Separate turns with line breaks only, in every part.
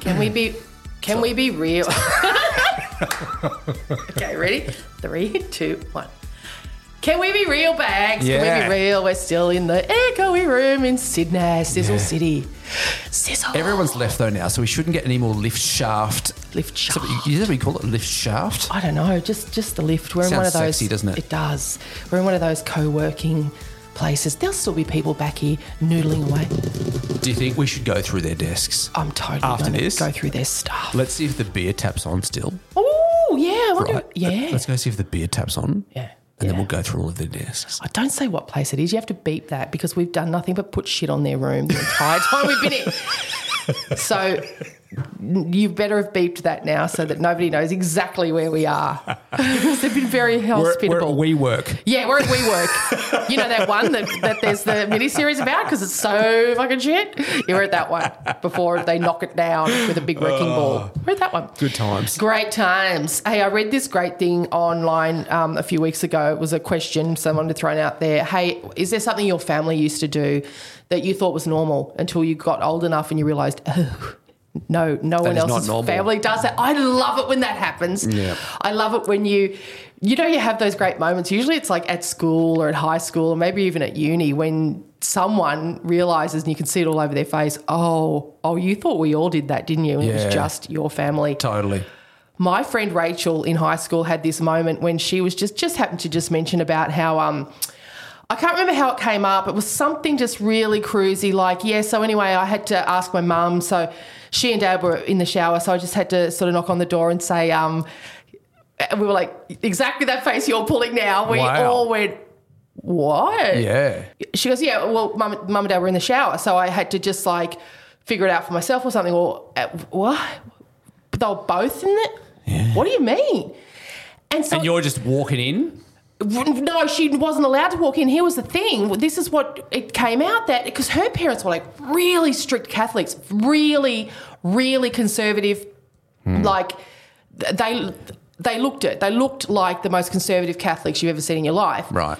Can we be can we be real? okay, ready? Three, two, one. Can we be real, Bags? Can
Yeah.
we be real? We're still in the echoey room in Sydney, Sizzle
Yeah.
City. Sizzle.
Everyone's left though now, so we shouldn't get any more lift shaft.
Lift
So,
shaft.
you, is that what you call it? Lift shaft?
I don't know, just just the lift. We're in
Sounds
one of those.
sexy, doesn't it?
It does. We're in one of those co-working places. There'll still be people back here noodling away.
Do you think we should go through their desks?
I'm totally
After
gonna
this?
go through their stuff.
Let's see if the beer tap's on still.
oh yeah, I wonder,
Right?
yeah,
Let's go see if the beer tap's on.
yeah.
And then
yeah.
we'll go through all of their desks.
I don't say what place it is. You have to beep that because we've done nothing but put shit on their room the entire time we've been in. So you better have beeped that now so that nobody knows exactly where we are. Because they've been very hospitable.
we work.
yeah, we're at WeWork. you know that one that, that there's the miniseries about because it's so fucking shit? You're at that one before they knock it down with a big wrecking ball. We're at that one.
Oh. Good times.
Great times. Hey, I read this great thing online um, a few weeks ago. It was a question someone had thrown out there. Hey, is there something your family used to do that you thought was normal until you got old enough and you realised, oh, no, no one
is not
else's
normal.
family does that. I love it when that happens.
Yeah.
I love it when you, you know, you have those great moments. Usually it's like at school or at high school or maybe even at uni when someone realizes and you can see it all over their face. Oh, oh, you thought we all did that, didn't you? And it
Yeah.
was just your family.
Totally.
My friend Rachel in high school had this moment when she was just just happened to just mention about how um I can't remember how it came up. It was something just really cruisy, like, yeah, so anyway, I had to ask my mum. So she and dad were in the shower, so I just had to sort of knock on the door and say, um, and we were like, exactly that face you're pulling now. We
Wow.
all went, what?
Yeah.
she goes, yeah, well, mum, mum and dad were in the shower, so I had to just like figure it out for myself or something. Or uh, what? But they were both in it. What do you mean? And so,
And you're just walking in.
no, she wasn't allowed to walk in. Here was the thing. This is what it came out that because her parents were like really strict Catholics, really, really conservative. Like th- they they looked it. They looked like the most conservative Catholics you've ever seen in your life.
Right.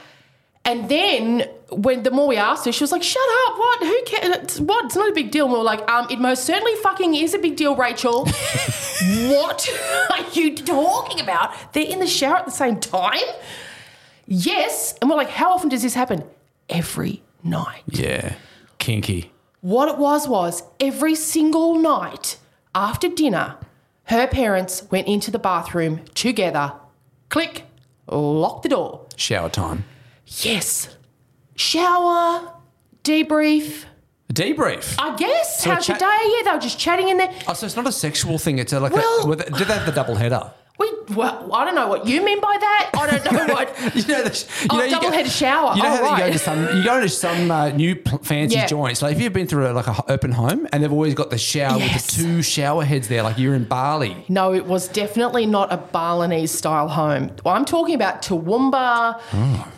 And then when the more we asked her, she was like, "Shut up! What? Who cares? What? It's not a big deal." And we were like, "Um, it most certainly fucking is a big deal, Rachel. what are you talking about? They're in the shower at the same time." Yes, and we're like, "How often does this happen?" Every night.
Yeah. Kinky.
What it was was every single night after dinner, Her parents went into the bathroom together. Click, lock the door.
Shower time.
Yes. Shower, debrief,
Debrief.
I guess.
So a
How's your
chat-
day? Yeah, they were just chatting in there.
Oh, so it's not a sexual thing. It's a, like
Well-
a, with a, did that the double header?
We, well, I don't know what you mean by that. I don't know what.
You know, the, you
Oh,
know you
double
go-
head shower.
You know
Oh,
how you
right.
go to some, you go to some uh, new pl- fancy
Yeah.
joints. Like if you've been through a, like an open home, and they've always got the shower
Yes.
with the two shower heads there, like you're in Bali.
No, it was definitely not a Balinese style home. Well, I'm talking about Toowoomba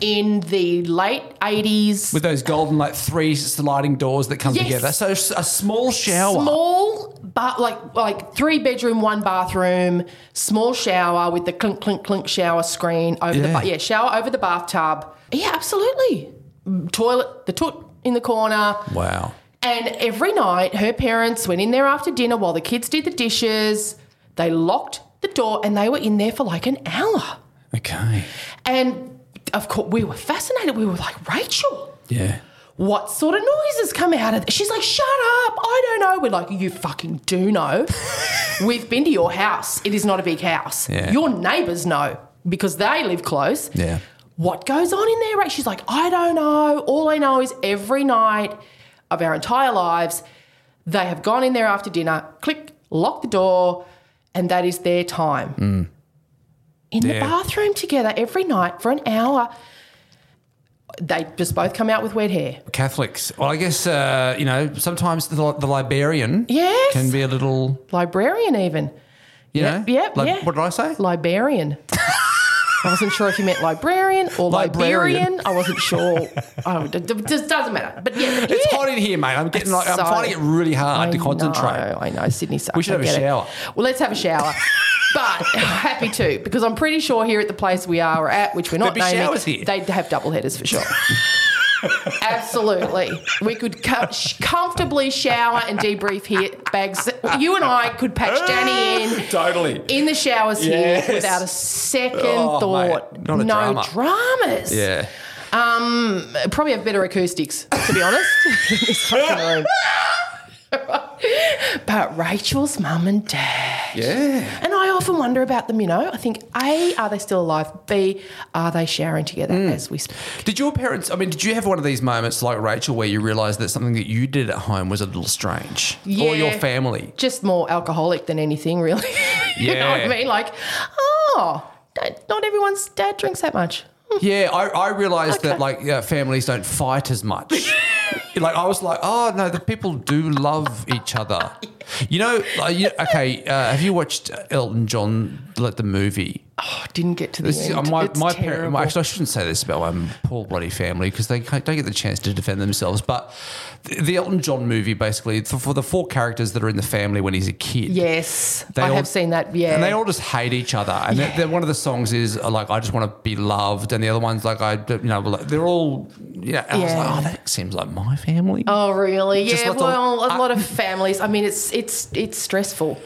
in the late 80s.
Mm. with those golden like three sliding doors that come
Yes.
together. So s- a small shower.
Small, but like like three bedroom, one bathroom, small shower with the clink clink clink shower screen over the
Yeah.
ba- yeah shower over the bathtub. Yeah, absolutely. Toilet, the toot in the corner.
Wow.
And every night, her parents went in there after dinner while the kids did the dishes. They locked the door and they were in there for like an hour.
Okay.
And of course, we were fascinated. We were like, Rachel,
Yeah.
what sort of noises come out of this? She's like, shut up. I don't know. We're like, you fucking do know. We've been to your house. It is not a big house.
Yeah.
Your neighbors know because they live close.
Yeah.
What goes on in there, right? She's like, I don't know. All I know is every night of our entire lives, they have gone in there after dinner, click, lock the door, and that is their time. In the
Mm. Yeah.
bathroom together every night for an hour. They just both come out with wet hair.
Catholics. Well, I guess uh, you know sometimes the, the Liberian
Yes.
can be a little
Librarian, even.
you
Yep,
know.
yep,
Lib-
yeah.
What did I say?
Librarian. I wasn't sure if you meant librarian or
Librarian.
Liberian. I wasn't sure. Oh, it d- d- just doesn't matter. But yeah,
it's
yeah.
hot in here, mate. I'm getting like, I'm
So-
finding it really hard
I
to concentrate.
Know, I know, Sydney sucks.
We should
I
have a
get it.
shower.
Well, let's have a shower. But happy to because I'm pretty sure here at the place we are at, which we're not
There'd be
naming,
showers here.
they'd have double headers for sure. Absolutely, we could co- sh- comfortably shower and debrief here. Bags, you and I could patch Danny in
Totally.
in the showers
Yes.
here without a second
Oh,
thought.
mate, not a
no
drama.
dramas.
Yeah.
Um, probably have better acoustics, to be honest. This fucking room. but Rachel's mum and dad.
Yeah.
And I often wonder about them, you know. I think A, are they still alive? B, are they showering together as we speak?
Did your parents? I mean, did you have one of these moments like Rachel where you realised that something that you did at home was a little strange, or your
Yeah.
family?
Just more alcoholic than anything, really. you know what I
Yeah.
mean? Like, oh, don't, not everyone's dad drinks that much.
Yeah, I, I realized that like uh, families don't fight as much. like I was like, oh no, the people do love each other. You know, like, you, okay. Uh, have you watched Elton John like the movie?
Oh, didn't get to the
This is,
end.
uh, my
It's
my parents.
terrible.
Actually, I shouldn't say this about my poor bloody family because they can't- don't get the chance to defend themselves. But the, the Elton John movie basically for, for the four characters that are in the family when he's a kid.
Yes,
They
I
all-
have seen that. Yeah,
And they all just hate each other. And they're- they're- one of the songs is uh, like, I just want to be loved. And the other one's like, I, you know, like, they're all, yeah. And I was
Yeah.
like, oh, that seems like my family.
Oh really?
Just
Yeah.
let the-
Well, a
I-
lot of families. I mean, it's it's it's stressful.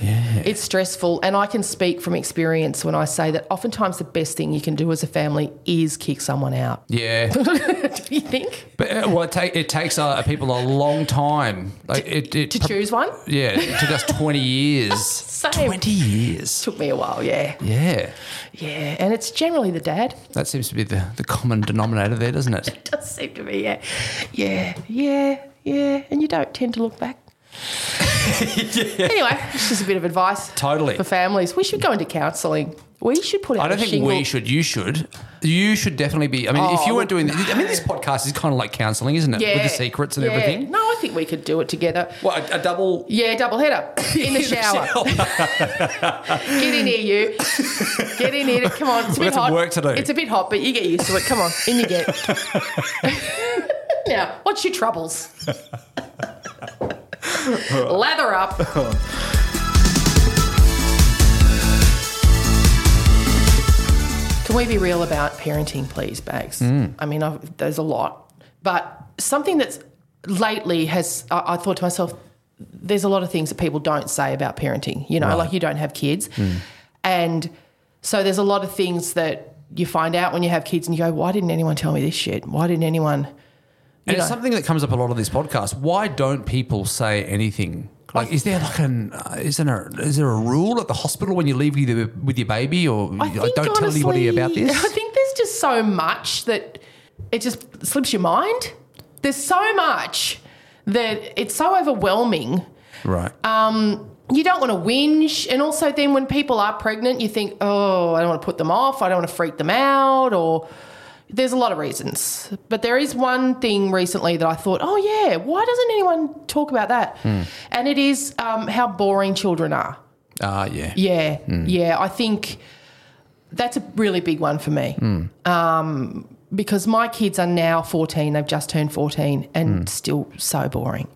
Yeah. It's stressful, and I can speak from experience when I say that. Oftentimes, the best thing you can do as a family is kick someone out.
Yeah.
do you think
but uh, well, it, take, it takes uh, people a long time. Like, it, it,
to choose one?
Yeah. It took us 20 years.
Same.
20 years.
Took me a while. Yeah.
Yeah.
Yeah. And it's generally the dad.
That seems to be the, the common denominator there, doesn't it?
It does seem to be. Yeah. Yeah. Yeah. Yeah. And you don't tend to look back. Anyway, it's just a bit of advice.
Totally.
For families, we should go into counselling. We should put out.
I don't
a
think
shingle. Oh.
we should. You should. You should definitely be. I mean, if you weren't doing, I mean, this podcast is kind of like counselling, isn't it? With the secrets and
yeah.
everything.
No, I think we could do it together.
What, a, a double
Yeah, double header in the shower. Get in here, you. Get in here. Come on, it's a
We've
bit
got some
hot.
work to do.
It's a bit hot, but you get used to it. Come on, in you get. now, what's your troubles? Lather up. Can we be real about parenting, please, Bags?
Hmm.
I mean, I've, there's a lot, but something that's lately has I, I thought to myself, there's a lot of things that people don't say about parenting. You know, like you don't have kids,
Hmm.
and so there's a lot of things that you find out when you have kids, and you go, why didn't anyone tell me this shit? Why didn't anyone?
and it's something that comes up a lot on this podcast. Why don't people say anything? Like, is there like an uh, is there a, is there a rule at the hospital when you leave with your, with your baby or
I
like,
think,
don't tell anybody
honestly-
about this?
I think there's just so much that it just slips your mind. There's so much that it's so overwhelming.
right.
Um, you don't want to whinge. And also, then when people are pregnant, you think, oh, I don't want to put them off. I don't want to freak them out. Or there's a lot of reasons. But there is one thing recently that I thought, oh, yeah, why doesn't anyone talk about that? And it is um, how boring children are.
Ah, yeah.
Yeah, yeah. I think that's a really big one for me um, because my kids are now 14. They've just turned 14 and still so boring.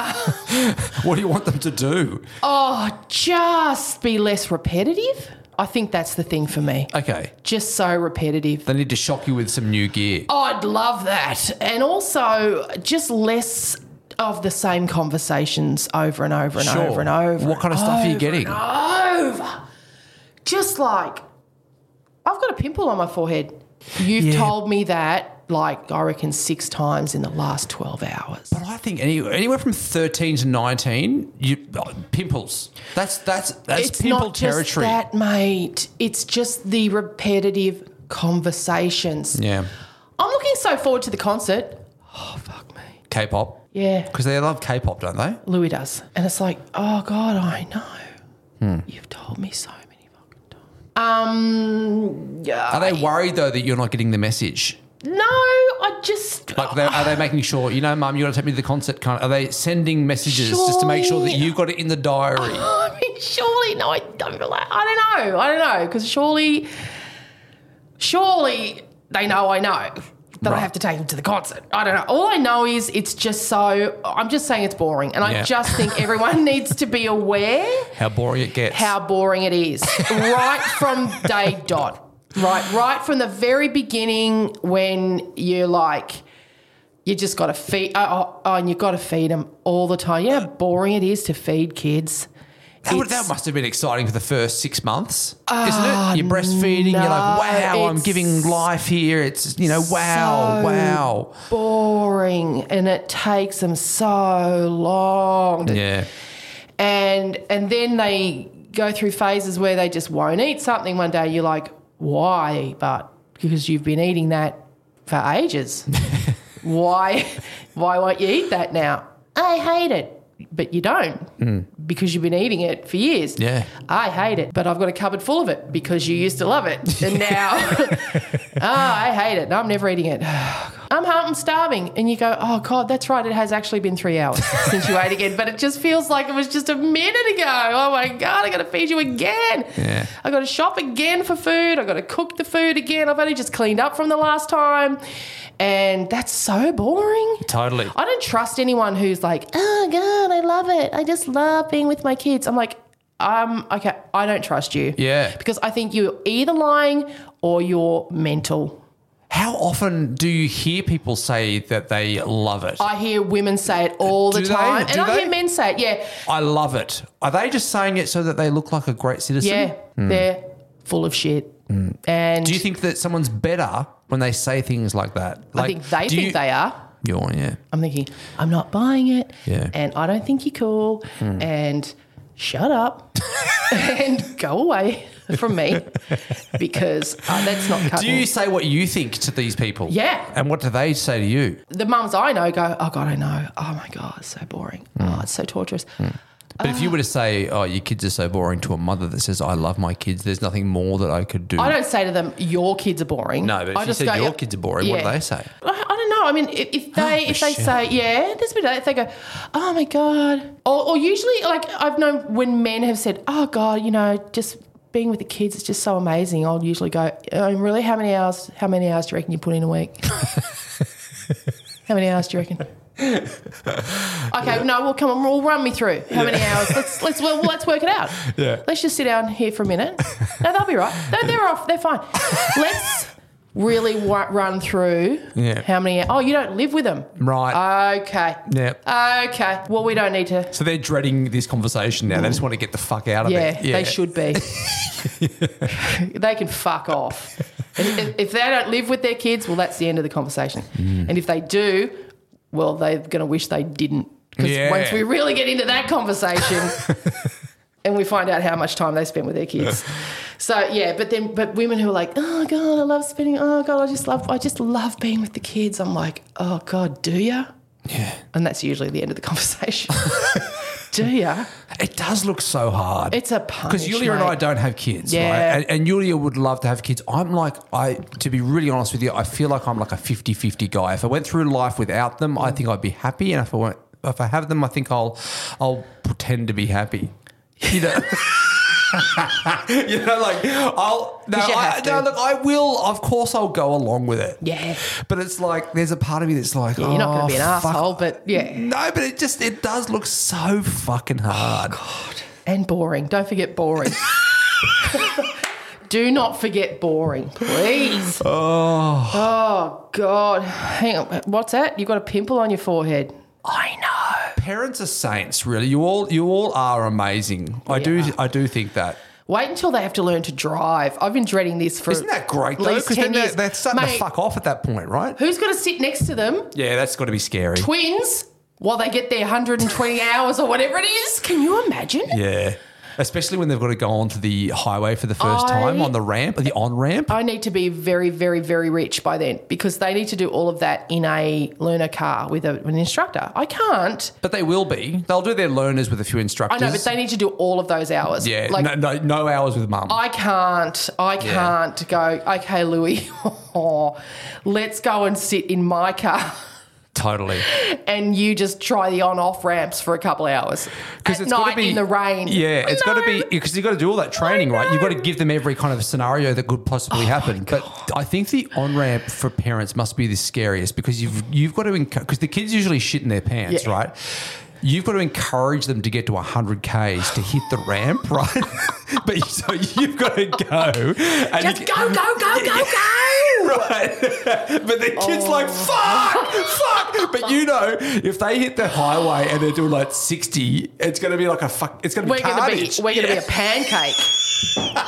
What do you want them to do?
Oh, just be less repetitive. I think that's the thing for me.
Okay,
Just so repetitive.
they need to shock you with some new gear.
I'd love that. And also just less of the same conversations over and over and over and over.
What kind of stuff are you getting?
over. Just like, I've got a pimple on my forehead. You've told me that, like, I reckon six times in the last 12 hours.
But I think any, anywhere from thirteen to nineteen, you oh, pimples. That's that's that's
it's
pimple
not
territory.
just that, mate. It's just the repetitive conversations.
Yeah,
I'm looking so forward to the concert. Oh, fuck me.
K-pop
Yeah,
because they love K-pop, don't they?
Louis does. And it's like, oh, God, I know. You've told me so many fucking times. Um, yeah.
Are they worried though that you're not getting the message?
No, I just.
Like, they, are they making sure you know, Mum, you got to take me to the concert? Kind of, are they sending messages just to make sure that you got it in the diary?
I mean, surely, no, I don't really. I don't know. I don't know because surely, surely they know I know that I have to take them to the concert. I don't know. All I know is it's just so. I'm just saying it's boring, and
Yeah.
I just think everyone needs to be aware
How boring it gets.
how boring it is right from day dot. Right, right from the very beginning when you're like. You just got to feed, oh, oh, and you got to feed them all the time. You know how boring it is to feed kids.
That, would-
It's- Ah,
that must have been exciting for the first six months, isn't it? You're breastfeeding. you're like,
no,
wow, I'm
it's
giving life here. It's you know, wow,
so
wow.
boring and it takes them so long to-
Yeah,
and and then they go through phases where they just won't eat something one day you're like why but because you've been eating that for ages why why won't you eat that now i hate it but you don't because you've been eating it for years
Yeah.
i hate it but i've got a cupboard full of it because you used to love it and now oh, I hate it. No, I'm never eating it. I'm hungry, I'm starving. And you go, oh, God, that's right. It has actually been three hours since you ate again. But it just feels like it was just a minute ago. Oh, my God, I got to feed you again.
Yeah.
I got to shop again for food. I got to cook the food again. I've only just cleaned up from the last time. And that's so boring.
totally.
I don't trust anyone who's like, oh God, I love it. I just love being with my kids. I'm like, um, okay, I don't trust you.
Yeah.
Because I think you're either lying or you're mental.
How often do you hear people say that they love it? I,
I hear women say it all the
Do they?
time. And
Do
I
they?
hear men say it, yeah.
love it. Are they just saying it so that they look like a great citizen?
Yeah. They're full of shit. And
Hmm. Do you think that someone's better when they say things like that? Like,
I think they
do
think
you-
they are.
You're, yeah.
I'm thinking, I'm not buying it.
Yeah. Hmm.
And I don't think you're cool. And shut up and go away from me because uh, that's not
Do
cutting
you say what you think to these people?
Yeah.
And what do they say to you?
the mums I know go, oh God, I know. Oh my God, it's so boring.
Hmm.
Oh, it's so torturous.
But
Uh.
if you were to say, "Oh, your kids are so boring," to a mother that says, "I love my kids," there's nothing more that I could do.
I don't say to them, your kids are boring.
No, but if
I
you
just
said
go,
your kids are boring, what do
Yeah.
they say? Oh,
I, I don't know. I mean, if, if they if they say yeah, there's a bit of that. If they go, oh my god, or, or usually like I've known when men have said, oh god, you know, just being with the kids is just so amazing. I'll usually go, um, really, how many hours? How many hours do you reckon you put in a week? how many hours do you reckon? Okay, no, well, come on, well, run me through how many hours. Let's let's well, let's work it out. Yeah. Let's just sit down here for a minute. No, they'll be right. No, they're off. They're fine. Let's really wa- run through
Yeah.
how many. Oh, you don't live with them, Uh.
Right.
Okay.
Yeah.
Okay. Well, we don't need to.
so they're dreading this conversation now. They just want to get the fuck out of
Mm. Yeah,
it.
they should be. they can fuck off. And if, if they don't live with their Mm. kids, well, that's the end of the conversation. And if they do, well, they're going to wish they didn't Because
Yeah.
once we really get into that conversation and we find out how much time they spend with their kids. So yeah, but then but women who are like, oh god, I love spending. Oh god, I just love I just love being with the kids. I'm like, oh god, do ya? Yeah. And that's usually the end of the conversation. do ya?
It does look so hard.
It's a punch.
because Yulia and
mate.
I don't have kids,
Yeah.
right? And, and Yulia would love to have kids. I'm like, I to be really honest with you, I feel like I'm like a 50-50 guy. If I went through life without them, I think I'd be happy, and if I went, if I have them, I think I'll I'll pretend to be happy. You know. you know, like I'll no,
'Cause you
I,
have to.
no, look, I will. Of course, I'll go along with it.
Yeah.
but it's like there's a part of me that's like,
Yeah, you're not
oh,
gonna be an
fuck.
asshole, but yeah.
No, but it just it does look so fucking hard.
Oh, And boring. Don't forget boring. Do not forget boring, please. Oh. Oh God. Hang on. What's that? You've got a pimple on your forehead. I know.
Parents are saints, really. You all you all are amazing. I do I do think that.
Wait until they have to learn to drive. I've been dreading this for
Isn't that great
at
though?
least
Because then
10
they're,
years.
they're starting to
Mate,
fuck off at that point, right?
Who's got to sit next to them?
Yeah, that's got to be scary.
Twins while they get their 120 hours or whatever it is. Can you imagine?
yeah. Especially when they've got to go onto the highway for the first
I-
time on the ramp, the on ramp.
I need to be very, very, very rich by then because they need to do all of that in a learner car with a, an instructor. I can't.
But they will be. They'll do their learners with a few
I
instructors.
know, but they need to do all of those hours.
yeah,
Like,
no, no, no hours with mum.
I can't. I can't go, okay, Louis, let's go and sit in my car
totally.
and you just try the on off ramps for a couple hours. At
it's gotta
night in the rain.
Yeah, it's got to be
No.
because you've got to do all that training, right? You've got to give them every kind of scenario that could possibly
Oh
happen. But I think the on ramp for parents must be the scariest because you've you've got to because the kids usually shit in their pants,
Yeah.
right? You've got to encourage them to get to 100 k's to hit the ramp, right? but you- so you've got to go. And
Just
you-
go, go, go, go, go.
Right. but the kid's like, fuck,
Oh.
fuck. But you know, if they hit the highway and they're doing like 60, it's going to be like a fuck, it's going to be
We're gonna be
carnage.
we're gonna
Yeah.
be a pancake.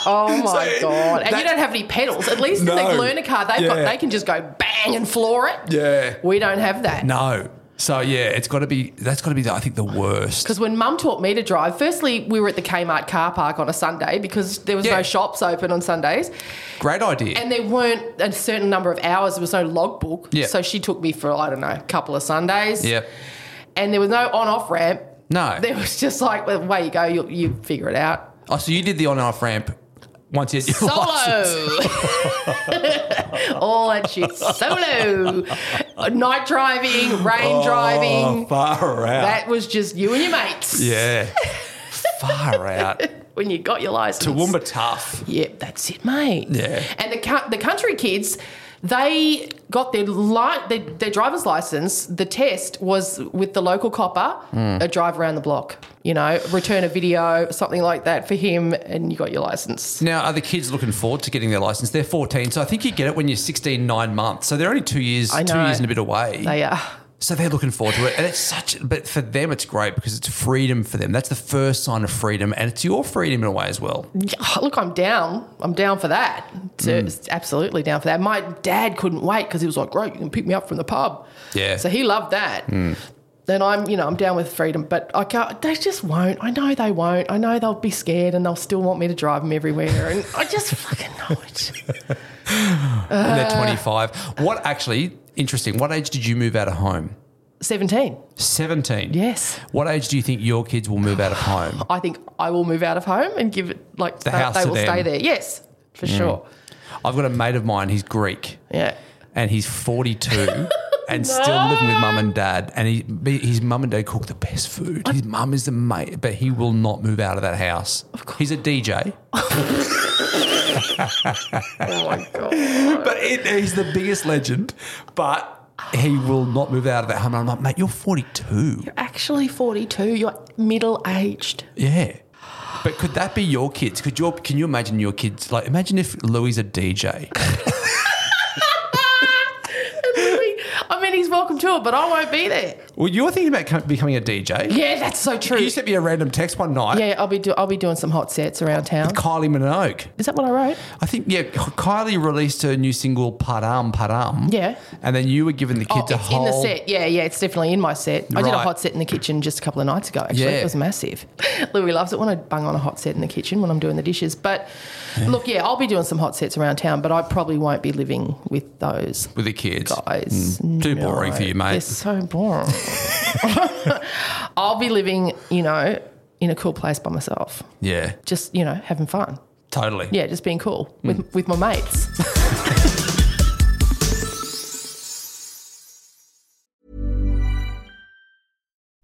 Oh my
So,
god! And
that-
you don't have any pedals. At least in
No.
the learner car, they've got
Yeah.
they can just go bang and floor it.
Yeah.
We don't have that.
No. So yeah, it's got to be, that's got to be, the, I think, the worst.
Because when Mum taught me to drive, firstly we were at the Kmart car park on a Sunday because there was
Yeah.
no shops open on Sundays,
Great idea.
and there weren't a certain number of hours. There was no logbook,
Yeah.
so she took me for I don't know a couple of Sundays.
yep.
And there was no on off ramp.
No.
There was just like well, away you go, you you figure it out.
Oh, so you did the on and off ramp once you had your license.
Solo. All that shit. Oh, Solo. Night driving, rain
Oh,
driving.
far out.
That was just you and your mates
yeah. far out.
when you got your license.
Toowoomba tough.
Yep, that's it, mate.
Yeah.
And the cou- the country kids, they got their li- their, their driver's license. The test was with the local copper,
Hmm.
a drive around the block. You know, return a video, something like that for him, and you got your license.
Now, are the kids looking forward to getting their license? They're 14, so I think you get it when you're 16, nine months. So they're only two years,
I
two
know.
years and a bit away.
They are.
so they're looking forward to it, and it's such. But for them, it's great because it's freedom for them. That's the first sign of freedom, and it's your freedom in a way as well.
Oh, look, I'm down. I'm down for that. So
Mm.
it's Absolutely down for that. My dad couldn't wait because he was like, "Great, you can pick me up from the pub."
Yeah. Mm.
So he loved that. Then I'm, you know, I'm down with freedom, but I can't. They just won't. I know they won't. I know they'll be scared, and they'll still want me to drive them everywhere. And I just fucking know it.
When they're 25. What actually interesting? What age did you move out of home?
Seventeen.
17.
Yes.
What age do you think your kids will move out of home?
I think I will move out of home and give it like
The
they,
house
they
to
will
them. Mm.
stay there. Yes, for sure.
I've got a mate of mine. He's Greek.
Yeah.
and he's 42 and still living with mum and dad. And he, be- his mum and dad cook the best food. His mum is the mate, but he will not move out of that house. He's a DJ,
Oh my god.
but it, he's the biggest legend. But he will not move out of that home. And I'm like, mate, you're 42.
Actually, forty-two. You're middle-aged.
Yeah. But could that be your kids? Could your can you imagine your kids like imagine if Louis a DJ?
I mean, he's welcome to it, but I won't be there.
Well, you were thinking about co- becoming a DJ.
Yeah, that's so true.
You sent me a random text one night.
yeah, I'll be do- I'll be doing some hot sets around town.
With Kylie Minogue.
Is that what I wrote?
I think yeah, Kylie released her new single "Param Param."
Yeah.
and then you were giving the
Oh,
kids a
it's in
whole.
the set. Yeah, yeah, it's definitely in my set. I did a
Right.
hot set in the kitchen just a couple of nights ago, actually.
Yeah.
It was massive. Louis loves it when I bung on a hot set in the kitchen when I'm doing the dishes. But look, yeah, I'll be doing some hot sets around town, but I probably won't be living with those
with the kids.
guys.
Mm. Too boring for you, mate.
They're so boring. I'll be living, you know, in a cool place by myself.
Yeah,
Just, you know, having fun.
totally.
Yeah, just being cool with, with my mates.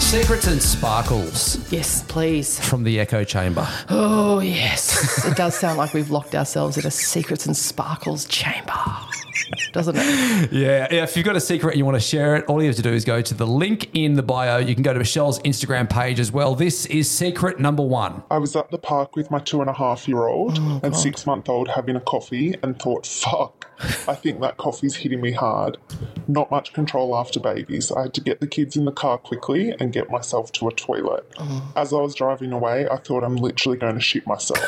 Secrets and sparkles
Yes, please.
from the echo chamber.
Oh, yes. It does sound like we've locked ourselves in a secrets and sparkles chamber, doesn't it?
Yeah, if you've got a secret and you want to share it, all you have to do is go to the link in the bio. You can go to Michelle's Instagram page as well. This is secret number one.
I was at the park with my two and a half year old
Oh,
and six month old having a coffee and thought, fuck, I think that coffee's hitting me hard. Not much control after babies. I had to get the kids in the car quickly and get myself to a toilet. As I was driving away, I thought I'm literally going to shit myself.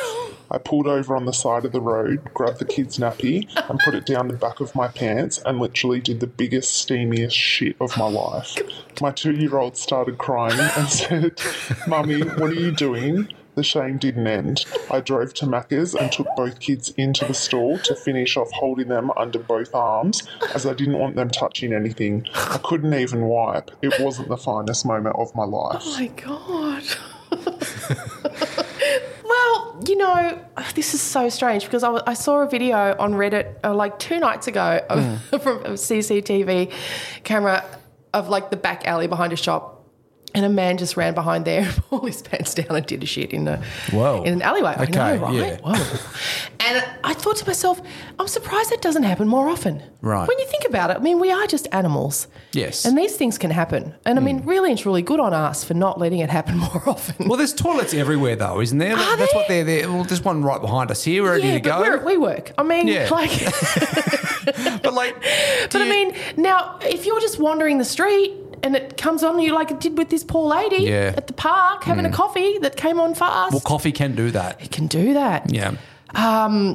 I pulled over on the side of the road, grabbed the kid's nappy, and put it down the back of my pants and literally did the biggest, steamiest shit of my life. My two year old started crying and said, Mummy, what are you doing? The shame didn't end. I drove to Macca's and took both kids into the store to finish off holding them under both arms as I didn't want them touching anything. I couldn't even wipe. It wasn't the finest moment of my life.
Oh, my God. well, you know, this is so strange because I, wa- I saw a video on Reddit uh, like two nights ago of,
Hmm.
from a CCTV camera of like the back alley behind a shop. And a man just ran behind there, pulled his pants down, and did a shit in a
Whoa.
in an alleyway.
Okay,
I know, right?
yeah.
Whoa. And I thought to myself, I'm surprised that doesn't happen more often.
Right.
When you think about it, I mean, we are just animals.
Yes. Hmm.
And these things can happen. And I mean, really and truly, good on us for not letting it happen more often.
Well, there's toilets everywhere, though, isn't there?
Are
That's
there?
what they're there. Well, there's one right behind us here. We're ready
yeah,
to
but we're at
go.
WeWork. I mean,
Yeah.
like,
But like,
but I mean, now if you're just wandering the street and it comes on you like it did with this poor lady
Yeah. Hmm.
at the park having a coffee that came on fast,
well, coffee can do that.
it can do that. Um,
Yeah.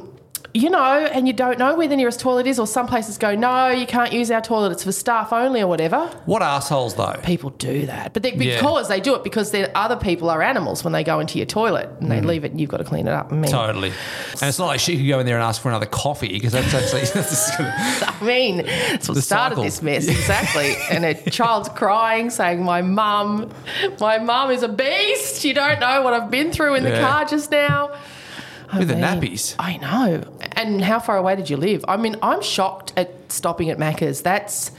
you know, and you don't know where the nearest toilet is, or some places go, no, you can't use our toilet, it's for staff only, or whatever.
What assholes though?
People do that, but they,
Yeah.
because they do it because then other people are animals when they go into your toilet and they leave it, and you've got to clean it up. I mean,
Mm. Totally. And it's not like she could go in there and ask for another coffee because that's actually that's just gonna,
I mean, that's what
The
started
cycle.
this mess exactly. and a child's crying, saying, "My mum, my mum is a beast. You don't know what I've been through in the
Yeah.
car just now."
with the
Man,
nappies.
I know. And how far away did you live? I mean, I'm shocked at stopping at Macca's. That's.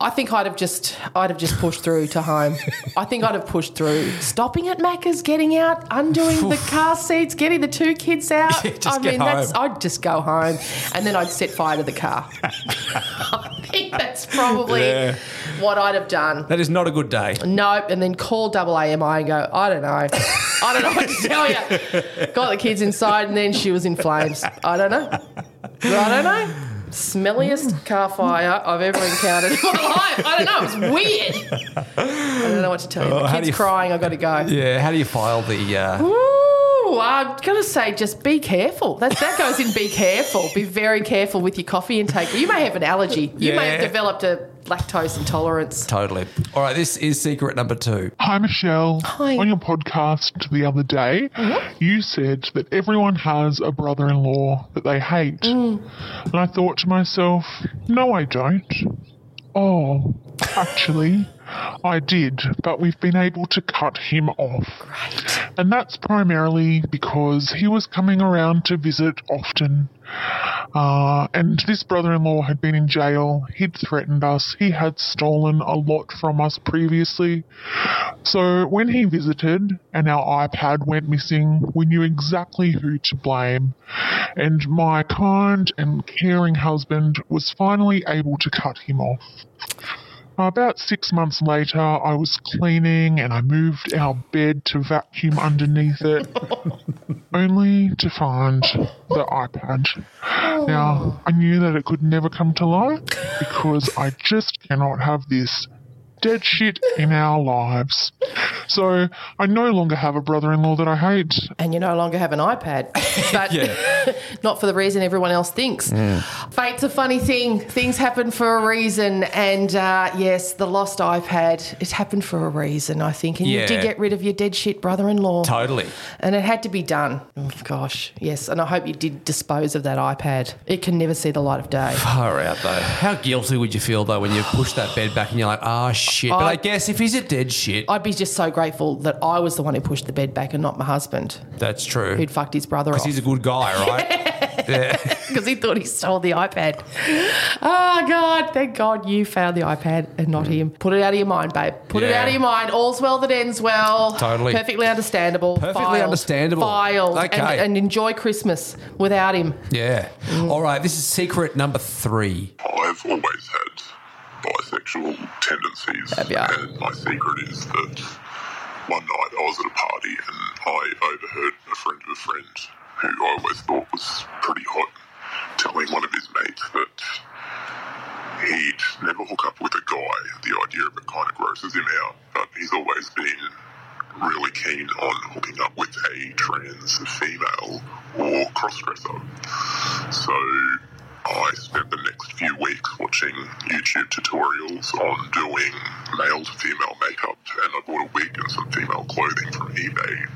I think I'd have just, I'd have just pushed through to home. I think I'd have pushed through. Stopping at Macca's, getting out, undoing the car seats, getting the two kids out.
Yeah, just
I
get
mean, that's.
home.
I'd just go home, and then I'd set fire to the car. I think that's probably
Yeah.
what I'd have done.
That is not a good day.
Nope. And then call double AMI and go, I don't know. I don't know what to tell you. Got the kids inside and then she was in flames. I don't know. I don't know. Smelliest car fire I've ever encountered in my life. I don't know. It was weird. I don't know what to tell you.
Oh,
The
how do
kid's
you-
crying. i got to go.
Yeah. How do you file the? Uh,
Ooh, Oh, I'm going to say just be careful. That, that goes in be careful. Be very careful with your coffee intake. You may have an allergy. You may have
Yeah.
developed a lactose intolerance.
Totally. All right, this is secret number two.
Hi, Michelle.
Hi.
On your podcast the other day, you said that everyone has a brother in law that they hate. And I thought to myself, no, I don't. Oh, actually, I did, but we've been able to cut him off. And that's primarily because he was coming around to visit often. Uh, and this brother in law had been in jail. He'd threatened us. He had stolen a lot from us previously. So when he visited and our iPad went missing, we knew exactly who to blame. And my kind and caring husband was finally able to cut him off. About six months later, I was cleaning and I moved our bed to vacuum underneath it, only to find the iPad. Now, I knew that it could never come to light because I just cannot have this dead shit in our lives. So, I no longer have a brother in law that I hate.
And you no longer have an iPad, but not for the reason everyone else thinks. Fate's a funny thing. Things happen for a reason. And uh, yes, the lost iPad, it happened for a reason, I think. And you
Yeah.
did get rid of your dead shit brother in law.
Totally.
And it had to be done. Oh, gosh. Yes. And I hope you did dispose of that iPad. It can never see the light of day.
Far out though. How guilty would you feel though when you push that bed back and you're like, ah shit. But I,
I-
guess if he's a dead shit,
I'd be just so grateful that I was the one who pushed the bed back and not my husband,
that's true.
who'd fucked his brother off
Because he's a good guy, right?
because he thought he stole the iPad. Oh, God. Thank God you found the iPad and not him. Put it out of your mind, babe. Put it
Yeah.
out of your mind. All's well that ends well.
Totally.
Perfectly understandable.
Perfectly
Filed.
understandable.
Filed. And-
Okay.
and enjoy Christmas without him.
yeah.
Mm.
All right, this is secret number three.
I've always had bisexual tendencies.
Have ya?
And my secret is that one night I was at a party and I overheard a friend of a friend who I always thought was pretty hot telling one of his mates that he'd never hook up with a guy. The idea of it kind of grosses him out, but he's always been really keen on hooking up with a trans female or crossdresser. So I spent the next few weeks watching YouTube tutorials on doing male to female makeup, and I bought a wig and some female clothing from eBay.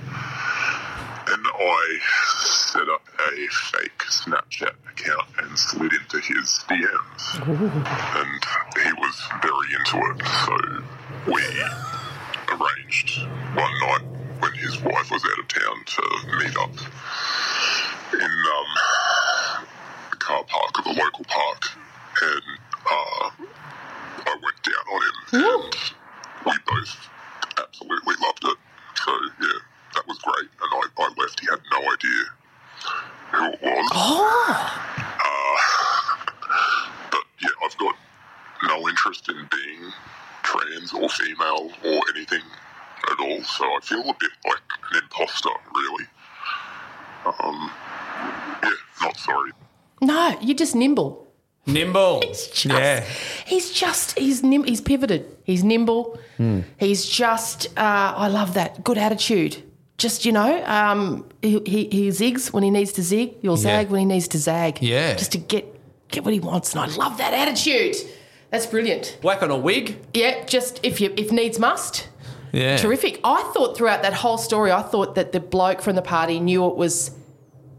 And I set up a fake Snapchat account and slid into his DMs. And he was very into it, so we arranged one night when his wife was out of town to meet up in um, the car park of a local park. And uh, I went down on him, and we both absolutely loved it. So, yeah, that was great. And I, I left, he had no idea who it was. Uh, but yeah, I've got no interest in being trans or female or anything at all. So I feel a bit like an imposter, really. Um, yeah, not sorry.
No, you're just nimble.
Nimble.
Just-
Yeah.
He's just he's nim- he's pivoted. He's nimble. He's just uh, I love that good attitude. Just you know, um, he, he he zigs when he needs to zig. He'll zag when he needs to zag.
Yeah.
just to get get what he wants, and I love that attitude. That's brilliant.
Whack on a wig.
Yeah, just if you if needs must.
Yeah.
Terrific. I thought throughout that whole story, I thought that the bloke from the party knew it was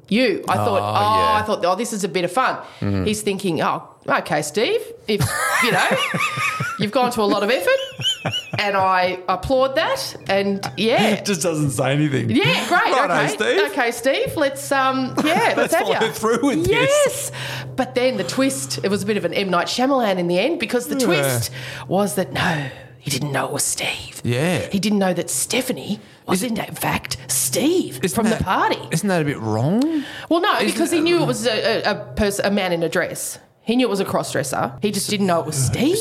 you. I thought, oh,
yeah. Mm-hmm.
I thought, oh, this is a bit of fun. He's thinking, oh, okay, Steve, if you know, you've gone to a lot of effort, and I applaud that. And yeah,
Just doesn't say anything.
yeah, great.
Righto,
okay,
Steve.
okay, Steve. Let's um, yeah,
Let's
let's, have
follow
you
through with this.
Yes, but then the twist. It was a bit of an M Night Shyamalan in the end because the twist was that no, he didn't know it was Steve.
Yeah.
he didn't know that Stephanie was in fact Steve
Isn't
from
that-
the party.
Isn't that a bit wrong?
Well, no, because he knew it was a, a, a person, a man in a dress. He knew it was a cross dresser. He just didn't know it was Steve.
Uh,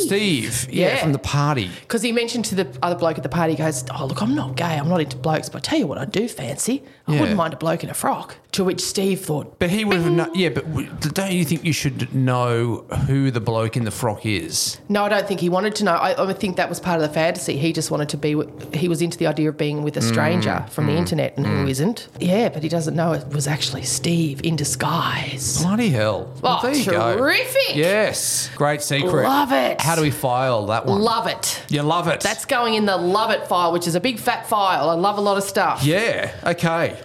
Steve, yeah, from the party.
Because he mentioned to the other bloke at the party, he goes, Oh, look, I'm not gay. I'm not into blokes, but I tell you what, I do fancy. I
Yeah.
wouldn't mind a bloke in a frock. To which Steve thought,
But he would have known. Yeah, but w- don't you think you should know who the bloke in the frock is?
No, I don't think he wanted to know. I, I think that was part of the fantasy. He just wanted to be, with, he was into the idea of being with a stranger
Mm,
from the
mm,
internet and who
mm.
isn't. Yeah, but he doesn't know it was actually Steve in disguise.
Bloody hell.
Oh,
there you
terrific.
Go. Yes. Great secret.
Love it.
Oh, How do we file that one?
Love it.
You love it.
That's going in the love it file, which is a big fat file. I love a lot of stuff.
Yeah. Okay.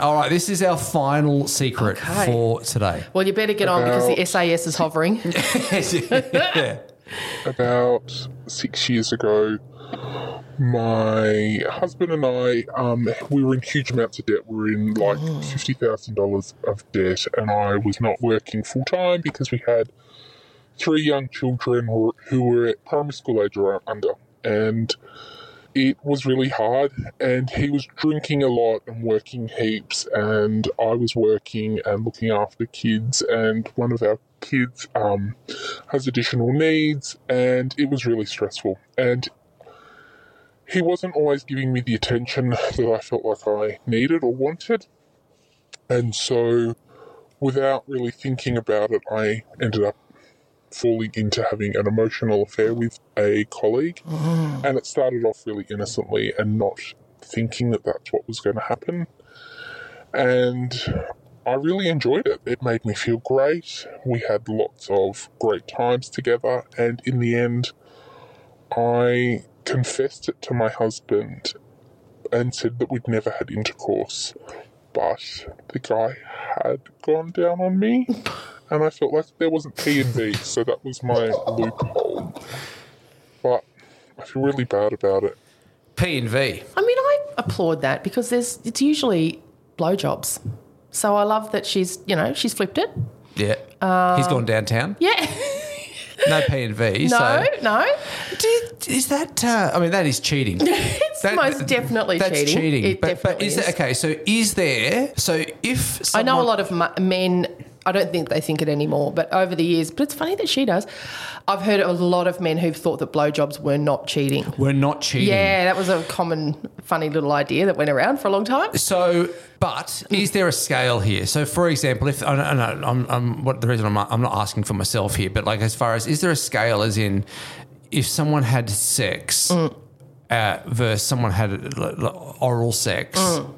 All right. This is our final secret
Okay.
for today.
Well, you better get on because the SAS is hovering.
About six years ago, my husband and I, um, we were in huge amounts of debt. We were in like fifty thousand dollars of debt, and I was not working full time because we had three young children who who were at primary school age or under, and it was really hard. And he was drinking a lot and working heaps, and I was working and looking after kids. And one of our kids um, has additional needs, and it was really stressful. And he wasn't always giving me the attention that I felt like I needed or wanted. And so, without really thinking about it, I ended up falling into having an emotional affair with a colleague. And it started off really innocently and not thinking that that's what was going to happen. And I really enjoyed it. It made me feel great. We had lots of great times together. And in the end, I confessed it to my husband and said that we'd never had intercourse. But the guy had gone down on me, and I felt like there wasn't P and V, so that was my loophole. But I feel really bad about it.
P and V.
I mean, I applaud that because there's it's usually blowjobs. So I love that she's, you know, she's flipped it.
Yeah.
Um,
He's gone downtown.
Yeah.
No P and V.
no,
So.
no.
Is that? Uh, I mean, that is cheating.
it's
That-
most definitely
that's
cheating.
cheating.
It
but, but
definitely
is,
is.
that okay? So is there? So if someone,
I know a lot of mu- men. I don't think they think it anymore, but over the years, but it's funny that she does. I've heard a lot of men who've thought that blowjobs were not cheating.
we're not cheating.
Yeah, that was a common, funny little idea that went around for a long time.
So, but is there a scale here? So, for example, if I don't know, I'm, I'm what the reason I'm, I'm not asking for myself here, but like as far as is there a scale as in if someone had sex uh, versus someone had l- l- oral sex,
Mm.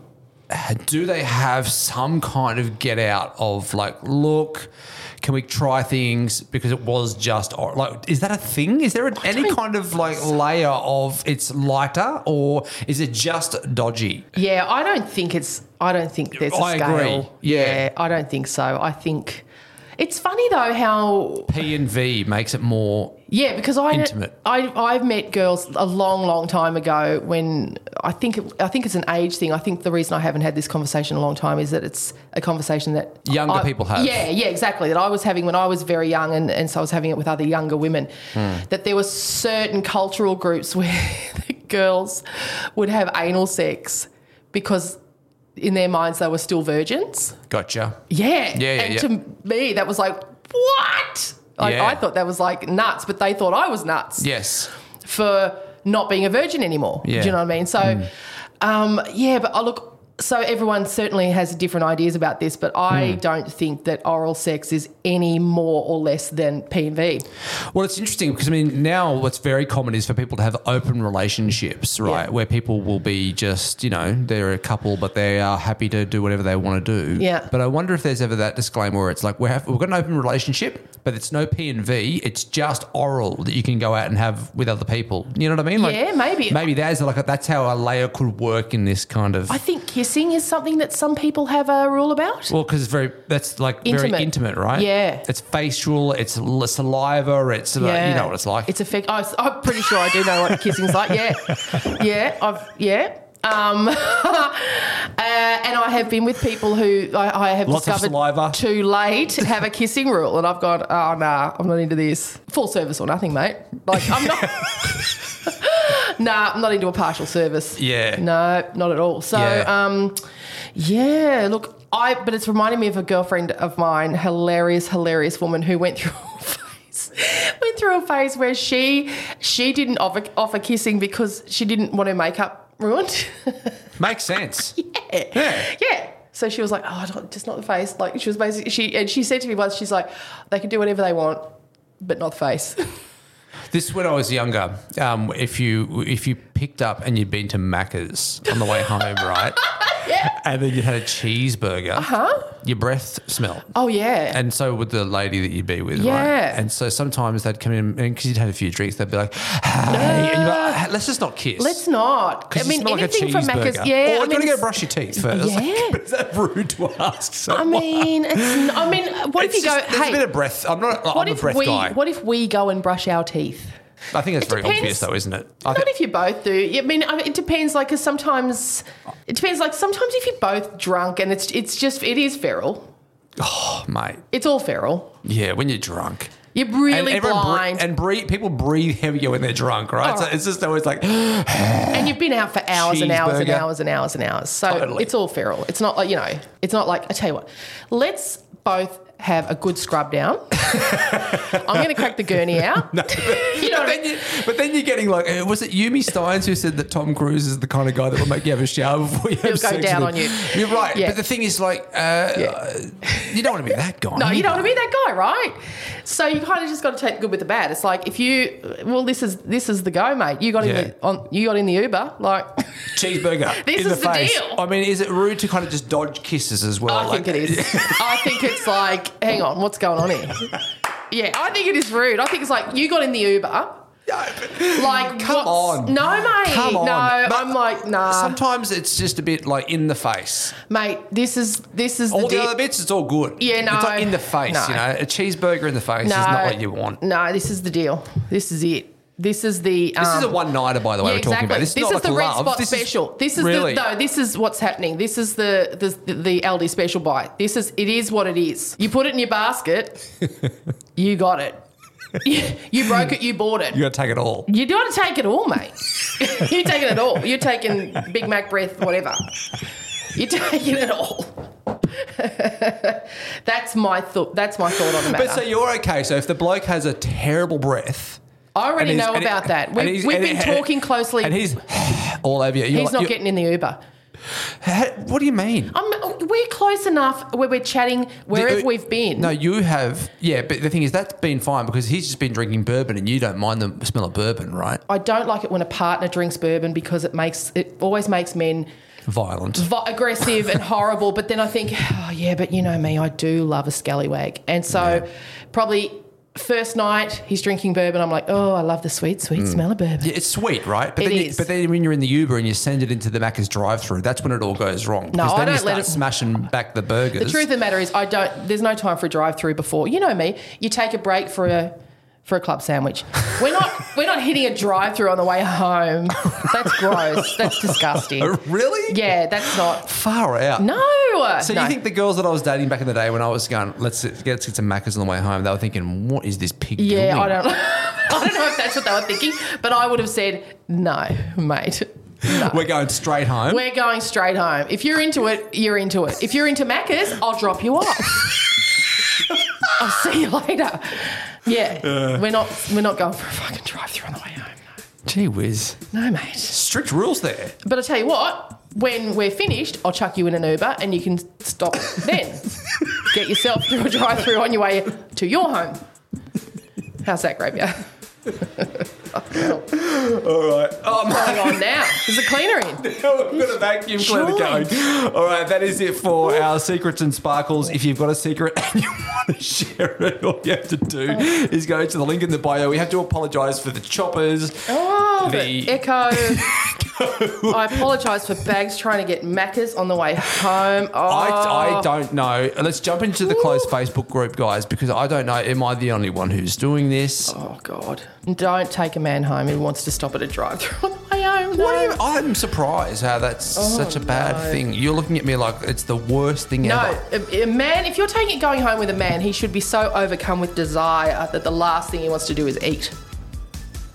do they have some kind of get out of like, look, can we try things because it was just or- like, is that a thing? Is there any kind of like layer of it's lighter or is it just dodgy?
Yeah, I don't think it's. I don't think there's a
I
scale.
agree. Yeah.
I don't think so. I think it's funny though how
P and V makes it more
yeah because I
Intimate.
I I've met girls a long long time ago when I think it, I think it's an age thing. I think the reason I haven't had this conversation in a long time is that it's a conversation that
younger
I-
people have.
Yeah, yeah, exactly. That I was having when I was very young, and, and so I was having it with other younger women.
Hmm.
That there were certain cultural groups where the girls would have anal sex because in their minds they were still virgins.
Gotcha.
Yeah.
Yeah, yeah,
and
yeah.
to me, that was like, what? Like,
Yeah.
I thought that was like nuts, but they thought I was nuts
Yes.
for not being a virgin anymore.
Yeah. Hmm.
Do you know what I mean? So, um, yeah, but I look, so everyone certainly has different ideas about this, but I
Mm.
don't think that oral sex is any more or less than P and V.
Well, it's interesting because I mean, now what's very common is for people to have open relationships, right? Where people will be just, you know, they're a couple, but they are happy to do whatever they want to do.
Yeah.
But I wonder if there's ever that disclaimer where it's like, we're have, we've got an open relationship, but it's no P and V, it's just oral that you can go out and have with other people. You know what I mean? Like,
Yeah, maybe.
Maybe that's like a, that's how a layer could work in this kind of.
I think kissing is something that some people have a rule about.
Well, because it's very that's like
Intimate.
very intimate, right?
Yeah.
it's facial, it's l- saliva, it's uh, you know what it's like.
It's a fact. I, I'm pretty sure I do know what kissing's like. Yeah, yeah, I've yeah. Um, uh, and I have been with people who I, I have
Lots of saliva.
discovered too late have a kissing rule, and I've gone, oh nah, I'm not into this. Full service or nothing, mate. Like I'm not. nah, I'm not into a partial service.
Yeah.
no, not at all. So,
Yeah.
um, yeah, look, I. But it's reminding me of a girlfriend of mine, hilarious, hilarious woman who went through went through a phase where she she didn't offer, offer kissing because she didn't want her makeup ruined.
Makes sense.
yeah. Yeah. So she was like, oh, I don't, just not the face. Like she was basically she and she said to me once, she's like, they can do whatever they want, but not the face.
This when I was younger. Um, if you if you picked up and you'd been to Macca's on the way home, right?
Yeah. Uh-huh.
And then you had a cheeseburger. Uh
huh.
Your breath smelled.
Oh yeah.
And so would the lady that you'd be with,
Yeah.
right? And so sometimes they'd come in and because you'd had a few drinks, they'd be like, "Hey," and you'd be like, "Hey, let's just not kiss."
Let's not.
'Cause
I
you
mean,
smell like a
anything from Macca's.
cheeseburger.
Yeah.
Or
I
do you want
mean,
to go brush your teeth first?
Yeah.
Is that rude to ask?
I
someone?
mean, it's, n- I mean, what
It's
if you
just-
go?
There's
Hey,
a bit of breath. I'm not.
what
I'm a
if
breath
we?
guy.
What if we go and brush our teeth?
I think it's very
depends.
obvious, though, isn't it? I
Not
think,
if you both do. I mean, I mean, it depends. Like, 'cause sometimes it depends. Like, sometimes if you're both drunk and it's it's just it is feral.
oh, mate.
It's all feral.
Yeah, when you're drunk.
You're really
and everyone bre-
blind,
and breathe, people breathe heavier when they're drunk, right?
Oh.
So it's just always like, yeah,
and you've been out for hours and hours and
Cheeseburger.
hours and hours and hours. So it's all feral. It's not like you know. It's not like I tell you what. Let's both have a good scrub down. I'm going to crack the gurney out.
but, then you, but then you're getting like, uh, was it Yumi Steins who said that Tom Cruise is the kind of guy that will make you have a shower before you
He'll
have
go
sex
down
with
on
him?
you.
You're right.
Yeah.
But the thing is, like, uh, you don't want to be that guy.
No, you
either.
don't want to be that guy, right? So you kind of just got to take the good with the bad. It's like if you, well, this is this is the go, mate. You got in
Yeah.
the on, you got in the Uber, like
Cheeseburger.
This
in
is
the
the
face.
deal.
I mean, is it rude to kind of just dodge kisses as well?
I think it is. I think it's like, hang on, what's going on here? Yeah, I think it is rude. I think it's like you got in the Uber. Like
Come
what's-
on.
no, mate,
Come on.
no.
But
I'm like, nah,
Sometimes it's just a bit like in the face.
mate. This is this is
All
the,
the
deal.
other bits, it's all good.
Yeah, no.
It's like in the face,
No.
you know. A cheeseburger in the face is not what you want.
No, this is the deal. This is it. This is the. Um,
This is a one nighter, by the way,
yeah,
we're talking
exactly.
about. This,
is,
is not
the
like
red
love.
spot
This is-
special. this is
really.
the no. This is what's happening. This is the the the Aldi special buy. This is it is what it is. You put it in your basket. you got it. You, you broke it. You bought it.
You got to take it all.
You do want to take it all, mate. You're taking it all. You're taking Big Mac breath, whatever. You're taking it all. that's my thought. That's my thought on the matter.
But so you're okay. So if the bloke has a terrible breath,
I already
and he's-
know
and he-
about that.
and
We've,
he's-
we've
and
been
he-
talking closely.
and he's all over you, you're
He's
like-
not
you're-
getting in the Uber.
Ha- what do you mean?
I'm, we're close enough where we're chatting wherever
The- uh,
we've been.
No, you have. Yeah, but the thing is, that's been fine because he's just been drinking bourbon, and you don't mind the smell of bourbon, right?
I don't like it when a partner drinks bourbon because it makes it always makes men
Violent.
vi- aggressive and horrible. But then I think, oh yeah, but you know me, I do love a scallywag, and so probably first night he's drinking bourbon. I'm like, oh, I love the sweet, sweet
Mm.
smell of bourbon.
Yeah, it's sweet, right? But
It
then,
is.
You, but then when you're in the Uber and you send it into the Macca's drive-through, that's when it all goes wrong.
No,
because
I
then you
don't let
start
it-
smashing back the burgers.
The truth of the matter is, I don't. There's no time for a drive-through before. You know me. You take a break for a for a club sandwich. We're not we're not hitting a drive-through on the way home. That's gross. That's disgusting.
Really?
Yeah, that's not.
Far out.
No.
So
No.
you think the girls that I was dating back in the day, when I was going, let's sit, let's get some Macca's on the way home, they were thinking, what is this pig
Yeah,
doing?
I don't. I don't know if that's what they were thinking, but I would have said no, mate.
We're going straight home.
We're going straight home. If you're into it, you're into it. If you're into Macca's, I'll drop you off. I'll see you later. Yeah,
Uh.
we're not we're not going for a fucking drive-through on the way home.
Gee whiz.
No, mate.
Strict rules there.
But I tell you what, when we're finished, I'll chuck you in an Uber and you can stop then. Get yourself through a drive through on your way to your home. How's that, Graveyard?
All right. Oh,
What's going on now? Is the cleaner in?
We've got a vacuum cleaner going. All right, that is it for our secrets and sparkles. If you've got a secret and you want to share it, all you have to do is go to the link in the bio. We have to apologise for the choppers.
Oh, the,
The-
echo. I apologise for bags trying to get Macca's on the way home. Oh,
I, I don't know. Let's jump into the closed Facebook group, guys, because I don't know. Am I the only one who's doing this?
Oh God! Don't take a man home who wants to stop at a drive through.
What do you, I'm surprised how that's
Oh,
such a bad
no.
thing. You're looking at me like it's the worst thing
No,
ever.
a, a man. If you're taking going home with a man, he should be so overcome with desire that the last thing he wants to do is eat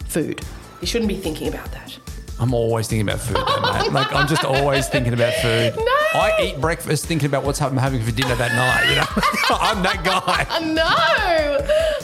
food. He shouldn't be thinking about that.
I'm always thinking about food, though, mate. Like I'm just always thinking about food. No. I eat breakfast thinking about what's I'm having for dinner that night. You know, I'm that guy.
no.